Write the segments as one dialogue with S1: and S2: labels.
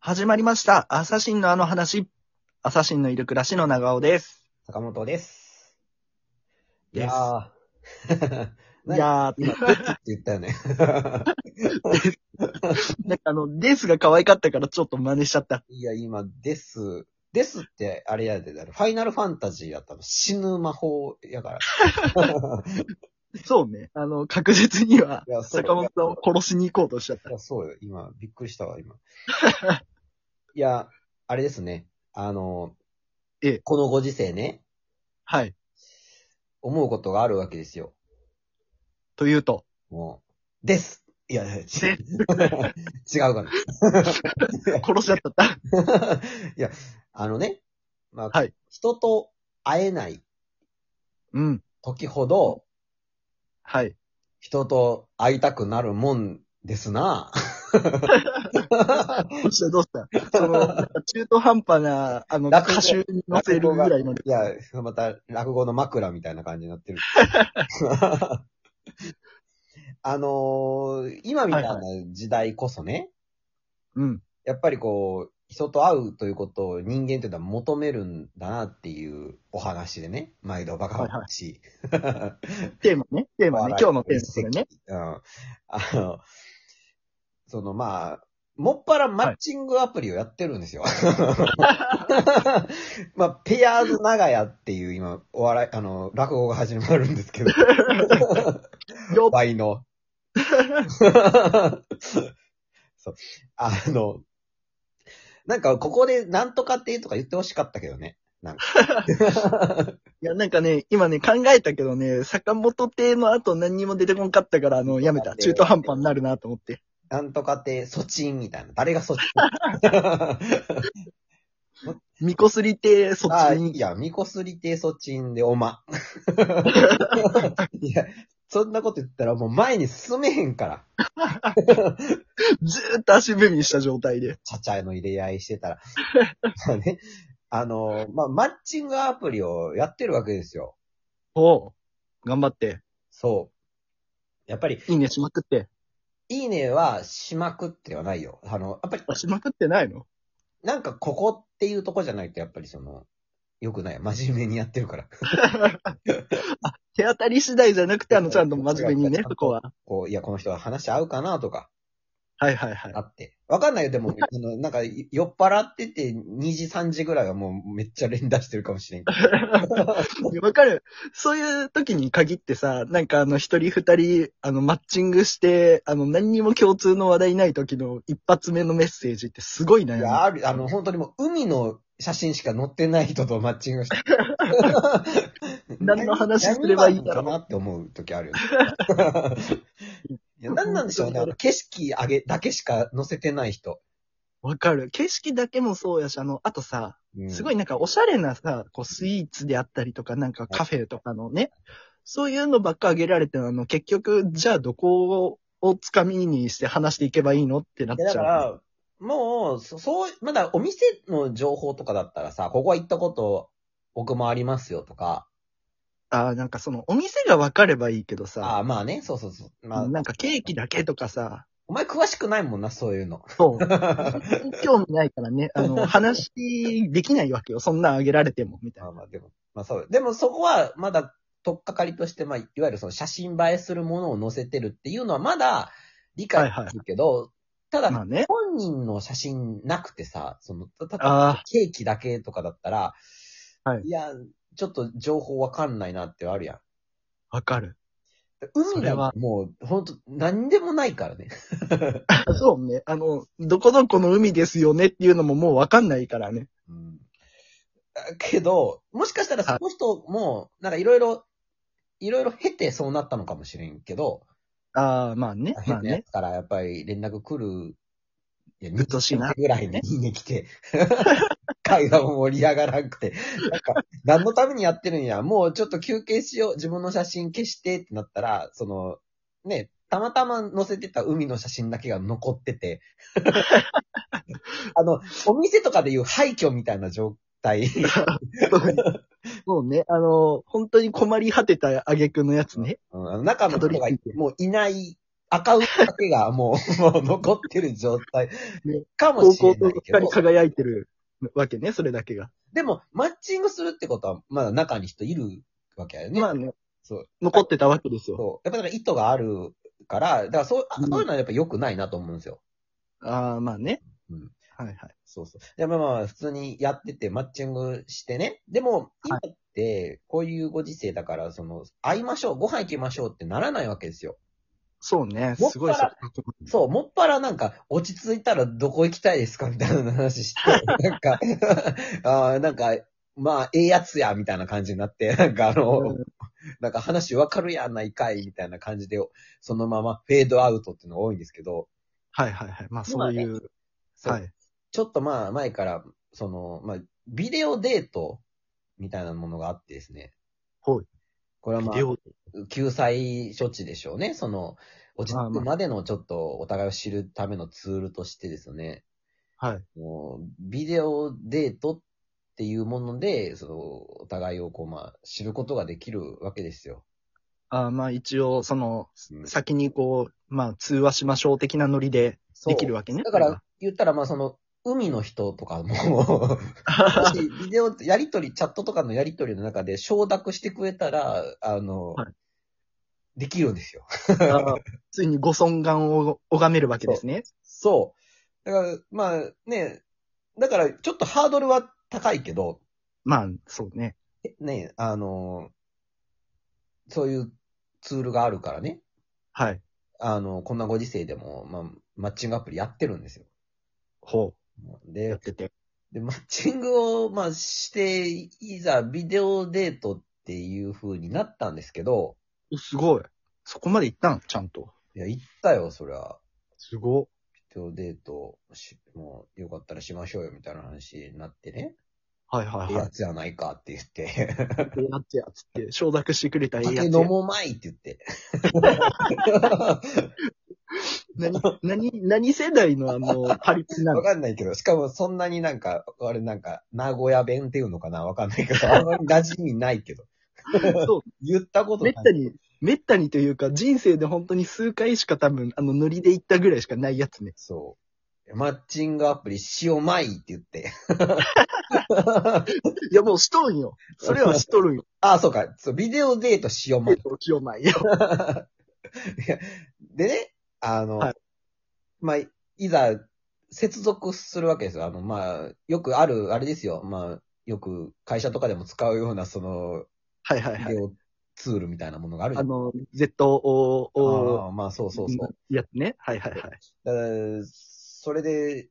S1: 始まりました。アサシンのあの話。アサシンのいる暮らしの長尾です。
S2: 坂本です。い
S1: です
S2: やー。
S1: いやー、
S2: 今、どっ ちって言ったよね。
S1: なんかあの、ですが可愛かったからちょっと真似しちゃった。
S2: いや、今、です。ですって、あれやでだろ。ファイナルファンタジーやったの。死ぬ魔法やから。、
S1: そうね。あの、確実にはい
S2: や、そう
S1: 坂本さんを殺しに行こうとしちゃった
S2: い。や、そうよ。今、びっくりし たわ、今。いや、あれですね。あの、
S1: ええ
S2: このご時世ね、
S1: はい。
S2: 思うことがあるわけですよ。
S1: というと。
S2: もう、です。い や、違う。違うかな。
S1: 殺しちゃった った。
S2: いや、あのね、まあ、
S1: はい
S2: 人と会えない
S1: うん。
S2: 時ほど、
S1: はい。
S2: 人と会いたくなるもんですな。
S1: どうしたどうしたその、なんか中途半端な、あの、
S2: 落語
S1: 歌集に載せるぐらいの。
S2: いや、また落語の枕みたいな感じになってる。 あのー今みたいな時代こそね、
S1: うん。
S2: やっぱりこう、人と会うということを人間というのは求めるんだなっていうお話でね、毎度バカ話。
S1: テーマね。テーマね。今日のテーマこれね。
S2: うん。あの、 そのまあ、もっぱらマッチングアプリをやってるんですよ。 まあ、ペアーズ長屋っていう今、お笑い、あの、落語が始まるんですけど、
S1: よ
S2: 倍の。 そう。あの、なんかここでなんとかっていうとか言ってほしかったけどね。なんか。
S1: いや、なんかね、今ね、考えたけどね、坂本亭の後何にも出てこんかったから、あの、やめた。中途半端になるなと思って。
S2: なんとかって、ソチンみたいな。誰がソチン
S1: みこすり亭、そっ
S2: あ
S1: ちに
S2: い。や、みこすりてそちんでおま。いや、そんなこと言ったらもう前に進めへんから。
S1: ずーっと足踏みした状態で。
S2: ちゃちゃの入れ合いしてたら。 まあね、あの、まあ、マッチングアプリをやってるわけですよ。
S1: おう。頑張って。
S2: そう。やっぱり、
S1: いいねしまくって。
S2: いいねはしまくってはないよ。あの、やっぱり、
S1: あしまくってないの
S2: なんかここっていうとこじゃないと、やっぱりその、よくない。真面目にやってるから。
S1: 手当たり次第じゃなくて、あの、ちゃんと真面目にね、そこは。
S2: こう、いや、この人は話合うかなとか、
S1: はいはいはい。
S2: あって。わかんないよ、でも、あの、なんか、酔っ払ってて、2時、3時ぐらいはもうめっちゃ連打してるかもしれんけど。
S1: わかる。そういう時に限ってさ、なんかあの、一人二人、あの、マッチングして、あの、何にも共通の話題ない時の一発目のメッセージってすごい
S2: い
S1: 悩
S2: や、
S1: み。
S2: ある、あの、本当にもう、海の写真しか載ってない人とマッチングして。
S1: 何の話すればいいんだろう
S2: 何があるのかなって思う時あるよね。 いや、何なんでしょうね。あの景色上げ、だけしか載せてない人。
S1: わかる。景色だけもそうやし、あの、あとさ、
S2: うん
S1: すごいなんかおしゃれなさ、こうスイーツであったりとか、なんかカフェとかのね、そういうのばっか挙げられて、あの、結局、じゃあどこをつかみにして話していけばいいのってなっ
S2: いやだ
S1: ち
S2: か
S1: ゃう。
S2: ら、もう、そそう、まだお店の情報とかだったらさ、ここは行ったこと、僕もありますよとか、
S1: ああ、なんかその、お店が分かればいいけど
S2: あ
S1: さ、
S2: あ、まあね、そうそうそう。まあ、
S1: なんかケーキだけとか さ、
S2: お前詳しくないもんな、そういうの。
S1: そう、興味ないからね、あの、話できないわけよ。そんなんあげられても、みたいな。
S2: まあまあ、でも、まあそう。でもそこは、まだ、とっかかりとして、まあ、いわゆるその写真映えするものを載せてるっていうのは、まだ、理解できるけど、ただ、
S1: まあね。
S2: 本人の写真なくてさ、その、たた
S1: ああ、
S2: ケーキだけとかだったら、
S1: はい
S2: や、ちょっと情報わかんないなってあるやん。
S1: わかる。そ
S2: 海
S1: れ
S2: だ
S1: は
S2: はもう、ほんと、何でもないからね。
S1: そうね。あの、どこどこの海ですよねっていうのももうわかんないからね。
S2: うん、けど、もしかしたらその人も、なんかいろいろ、いろいろ経てそうなったのかもしれんけど、
S1: ああ、まあね。ま
S2: 変
S1: あ
S2: な
S1: ね
S2: や。つからやっぱり連絡来る、いや、
S1: うっとうしいな
S2: 二年ぐらいに
S1: ね
S2: いいね来て、 会話も盛り上がらんくて、なんか、何のためにやってるんや、もうちょっと休憩しよう、自分の写真消してってなったら、その、ね、たまたま載せてた海の写真だけが残っ てて、あの、お店とかでいう廃墟みたいな状態。
S1: もうね、あの、本当に困り果てた挙句のやつね。
S2: うん、あの中の人がもういないアカウントだけがもう、もう残ってる状態
S1: ね
S2: かも
S1: 高
S2: しれ
S1: 校
S2: な
S1: と
S2: いけ
S1: 光
S2: ど
S1: り。輝いてるわけね、それだけが。
S2: でも、マッチングするってことは、まだ中に人いるわけだよね。
S1: まあね、
S2: そう。
S1: 残ってたわけですよ。
S2: そう。やっぱだから意図があるから、だからそう、あ
S1: うん
S2: そういうのはやっぱ良くないなと思うんですよ。
S1: ああ、まあね。
S2: うん
S1: はいはい。
S2: そうそう。でもまあまあ、普通にやってて、マッチングしてね。でも、今
S1: は
S2: って、こういうご時世だから、その、会いましょう、ご飯行きましょうってならないわけですよ。
S1: そうね、
S2: もっぱら
S1: すごいそこ
S2: そう、もっぱらなんか、落ち着いたらどこ行きたいですかみたいな話して、 なんか、 あーなんか、まあ、ええやつや、みたいな感じになって、なんかあの、
S1: うん
S2: なんか話わかるやないかい、みたいな感じで、そのままフェードアウトっていうのが多いんですけど、
S1: はいはいはい。まあそういう、
S2: そう
S1: はい。
S2: ちょっとまあ、前から、その、まあ、ビデオデート、みたいなものがあってですね。
S1: はい。
S2: これはま
S1: ビデオ
S2: あ、救済処置でしょうね。その、落ち
S1: まあ
S2: 着
S1: ま
S2: く
S1: あ
S2: までのちょっとお互いを知るためのツールとしてですね。
S1: はい。
S2: もう、ビデオデートっていうもので、その、お互いをこう、まあ、知ることができるわけですよ。
S1: ああまあ一応、その、
S2: うん
S1: 先にこう、まあ通話しましょう的なノリで
S2: そう
S1: できるわけね。
S2: だから、言ったら、まあ、その、海の人とかも、も
S1: それが、
S2: しビデオ、やりとり、チャットとかのやりとりの中で承諾してくれたら、あの、
S1: は
S2: できるんですよ。
S1: ああ ついにご尊顔を拝めるわけですね。
S2: そう。だから、まあ、ね、だから、ちょっとハードルは高いけど、
S1: まあ、そうね。
S2: ね、あの、そういうツールがあるからね。
S1: はい。
S2: あの、こんなご時世でも、まあ、マッチングアプリやってるんですよ。
S1: ほう。や
S2: で
S1: っ、てて。
S2: でマッチングを、まあ、して、いざビデオデートっていう風になったんですけど、
S1: おすごい。そこまで行ったんちゃんと。
S2: いや、行ったよ、そりゃ。
S1: すごい。
S2: ビデオデートし、もう、よかったらしましょうよ、みたいな話になってね。
S1: はいはい
S2: ええ
S1: は
S2: や
S1: い。
S2: つやないかって言って。
S1: ええやつやつって、承諾してくれ たええ
S2: 酒
S1: や
S2: 飲
S1: つや。
S2: もうまいって 言って。
S1: 何、何、何世代のあの、パリピな
S2: わ
S1: の
S2: かんないけど、しかもそんなになんか、あれなんか、名古屋弁っていうのかなわかんないけど、あんまり馴染みないけど。
S1: そう。
S2: 言ったことな
S1: め
S2: い
S1: っ。たに、めったにというか、人生で本当に数回しか多分、あの、ノリで行ったぐらいしかないやつね。
S2: そう。マッチングアプリしようまいって言って。
S1: いや、もうしとんよ。それはしとるん よ。
S2: あ、そうか。そう、ビデオデートしようま
S1: えっ
S2: い。
S1: と、しようまいよ。
S2: いやでね、あの、
S1: はい
S2: まあ、いざ、接続するわけですよ。あの、まあ、よくある、あれですよ。まあ、よく会社とかでも使うような、その、
S1: はいはいは
S2: ビ
S1: い。
S2: デオツールみたいなものがあるじゃ
S1: あ
S2: ん。
S1: の、ZOO、
S2: ああ、まあそうそうそう。
S1: やつね。はいはいはい。
S2: だからそれで、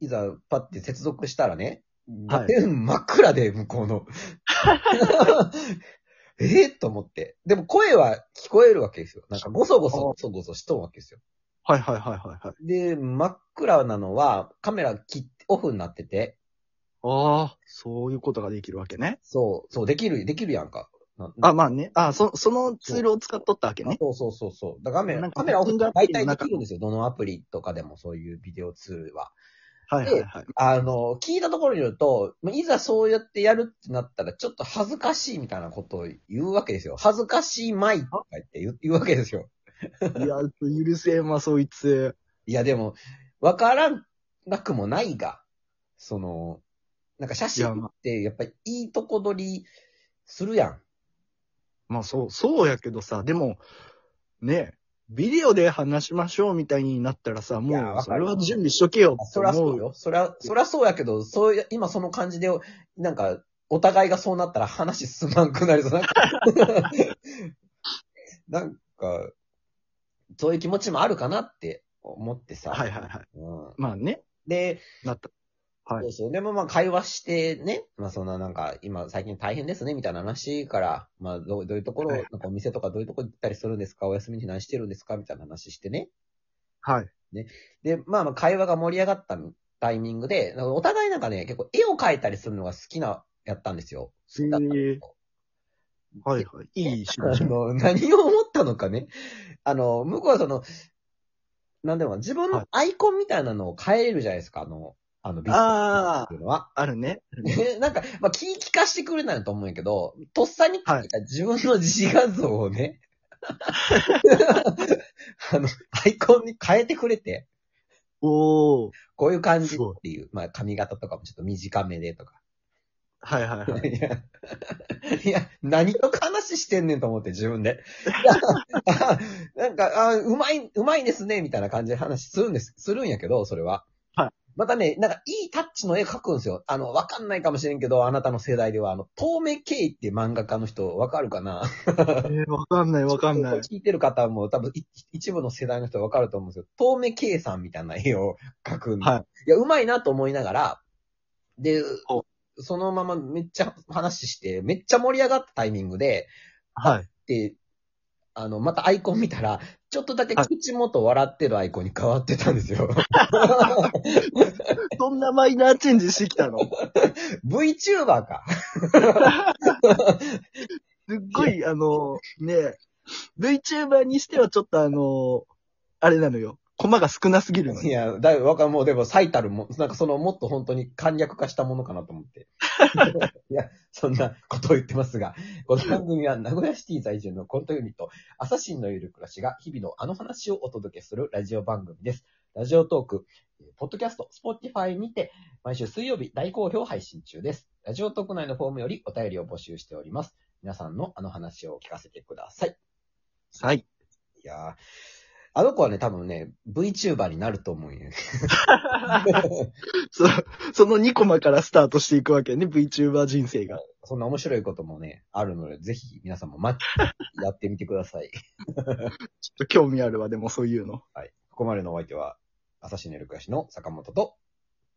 S2: いざパッて接続したらね、
S1: は
S2: 画
S1: い
S2: 面真っ暗で、向こうの。ええと思って。でも声は聞こえるわけですよ。なんかごそごそ
S1: あー
S2: ごそごそしとるわけですよ。
S1: はいはいはいはいはい。
S2: で、真っ暗なのはカメラ切ってオフになってて、
S1: ああ、そういうことができるわけね。
S2: そう、そう、できる、できるやんか。な
S1: あ、まあね。あそ、そのツールを使っとったわけね。
S2: そうそうそうそう。だから画
S1: な
S2: 面、
S1: んか
S2: カメラオフ、
S1: マ
S2: 大
S1: ッチングアプリの
S2: 体で
S1: 中
S2: きるんですよ。どのアプリとかでもそういうビデオツールは。
S1: はいはいはい。
S2: あの、聞いたところによると、まあいざそうやってやるってなったら、ちょっと恥ずかしいみたいなことを言うわけですよ。恥ずかしいまいとか言って言う言うわけですよ。
S1: いや、許せんわ、そいつ。
S2: いや、でも、わからなくもないが、その、なんか写真
S1: いやまあ
S2: ってやっぱりいいとこ取りするやん。
S1: まあそう、そうやけどさ、でも、ねえ、ビデオで話しましょうみたいになったらさ、
S2: いや
S1: もう、
S2: わ
S1: そ
S2: か
S1: れ
S2: る
S1: は準備しとけよ
S2: あ
S1: って
S2: そりゃ
S1: 思
S2: そう
S1: う。
S2: よ。そりゃ、そりゃそうやけど、そういう、今その感じで、なんか、お互いがそうなったら話進まんくなりそう。なんか、なんかそういう気持ちもあるかなって思ってさ。
S1: はいはいはい。
S2: うん、
S1: まあね、
S2: で、
S1: なった。はい
S2: そうそう。でもまあ会話してね、まあそんななんか、今最近大変ですね、みたいな話から、まあどうどういうところ、
S1: はい
S2: なんかお店とかどういうところ行ったりするんですか、お休みに何してるんですか、みたいな話してね。
S1: はい。
S2: で、まあまあ会話が盛り上がったタイミングで、なんかお互いなんかね、結構絵を描いたりするのが好きな、やったんですよ。好きだったんですよ
S1: はいはい。いい趣
S2: あ
S1: 味じゃん
S2: の、何を思ったのかね。あの、向こうはその、なんでも自分
S1: は
S2: の
S1: い
S2: アイコンみたいなのを変えれるじゃないですか、あの、あの、ビジネスっていうのは。
S1: あるね。
S2: ねなんか、まあ、気聞かしてくれないと思うんやけど、とっさに描いた自分の自画像をね、 あの、アイコンに変えてくれて、
S1: おー。
S2: こういう感じ
S1: すごい
S2: っていう、まあ髪型とかもちょっと短めでとか。
S1: はいはいはい。
S2: いや、いや、何と話してんねんと思って、自分で。 なんか、あうまい、うまいですね、みたいな感じで話するんです、するんやけど、それは。
S1: はい。
S2: またね、なんか、いいタッチの絵描くんですよ。あの、わかんないかもしれんけど、あなたの世代では、あの、遠目イって漫画家の人、わかるかな
S1: えー、わかんないわかんない。
S2: 聞いてる方も多分い一部の世代の人はわかると思うんですけど、遠目計算みたいな絵を描くんで。。
S1: はい
S2: や、うまいなと思いながら、で
S1: お、
S2: そのままめっちゃ話して、めっちゃ盛り上がったタイミングで、
S1: はい。
S2: で、あの、またアイコン見たら、ちょっとだけ口元笑ってるアイコンに変わってたんで すよ。
S1: そんなマイナーチェンジしてきたの。
S2: VTuber か。
S1: すっごい、あの、ね、VTuber にしてはちょっとあの、あれなのよ。コマが少なすぎるの
S2: い
S1: に。
S2: や、だいぶわかんもうでも最たるも、なんかそのもっと本当に簡略化したものかなと思って。いや、そんなことを言ってますが、この番組は名古屋シティ在住のコントユニット、アサシンのゆる暮らしが日々のあの話をお届けするラジオ番組です。ラジオトーク、えーポッドキャスト、スポティファイにて、毎週水曜日大好評配信中です。ラジオトーク内のフォームよりお便りを募集しております。皆さんのあの話を聞かせてください。
S1: はい。
S2: いやーあの子はね、多分ね、VTuber になると思うんよ。
S1: そその2コマからスタートしていくわけね、VTuber 人生が。
S2: そんな面白いこともね、あるので、ぜひ皆さんもま、やってみてください。
S1: ちょっと興味あるわ、でもそういうの。
S2: はい。ここまでのお相手は、朝日ネルクヤシの坂本と、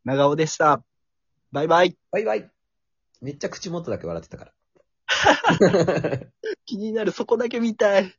S1: 長尾でした。バイバイ。
S2: バイバイめっちゃ口元だけ笑ってたから。
S1: 気になる、そこだけ見たい。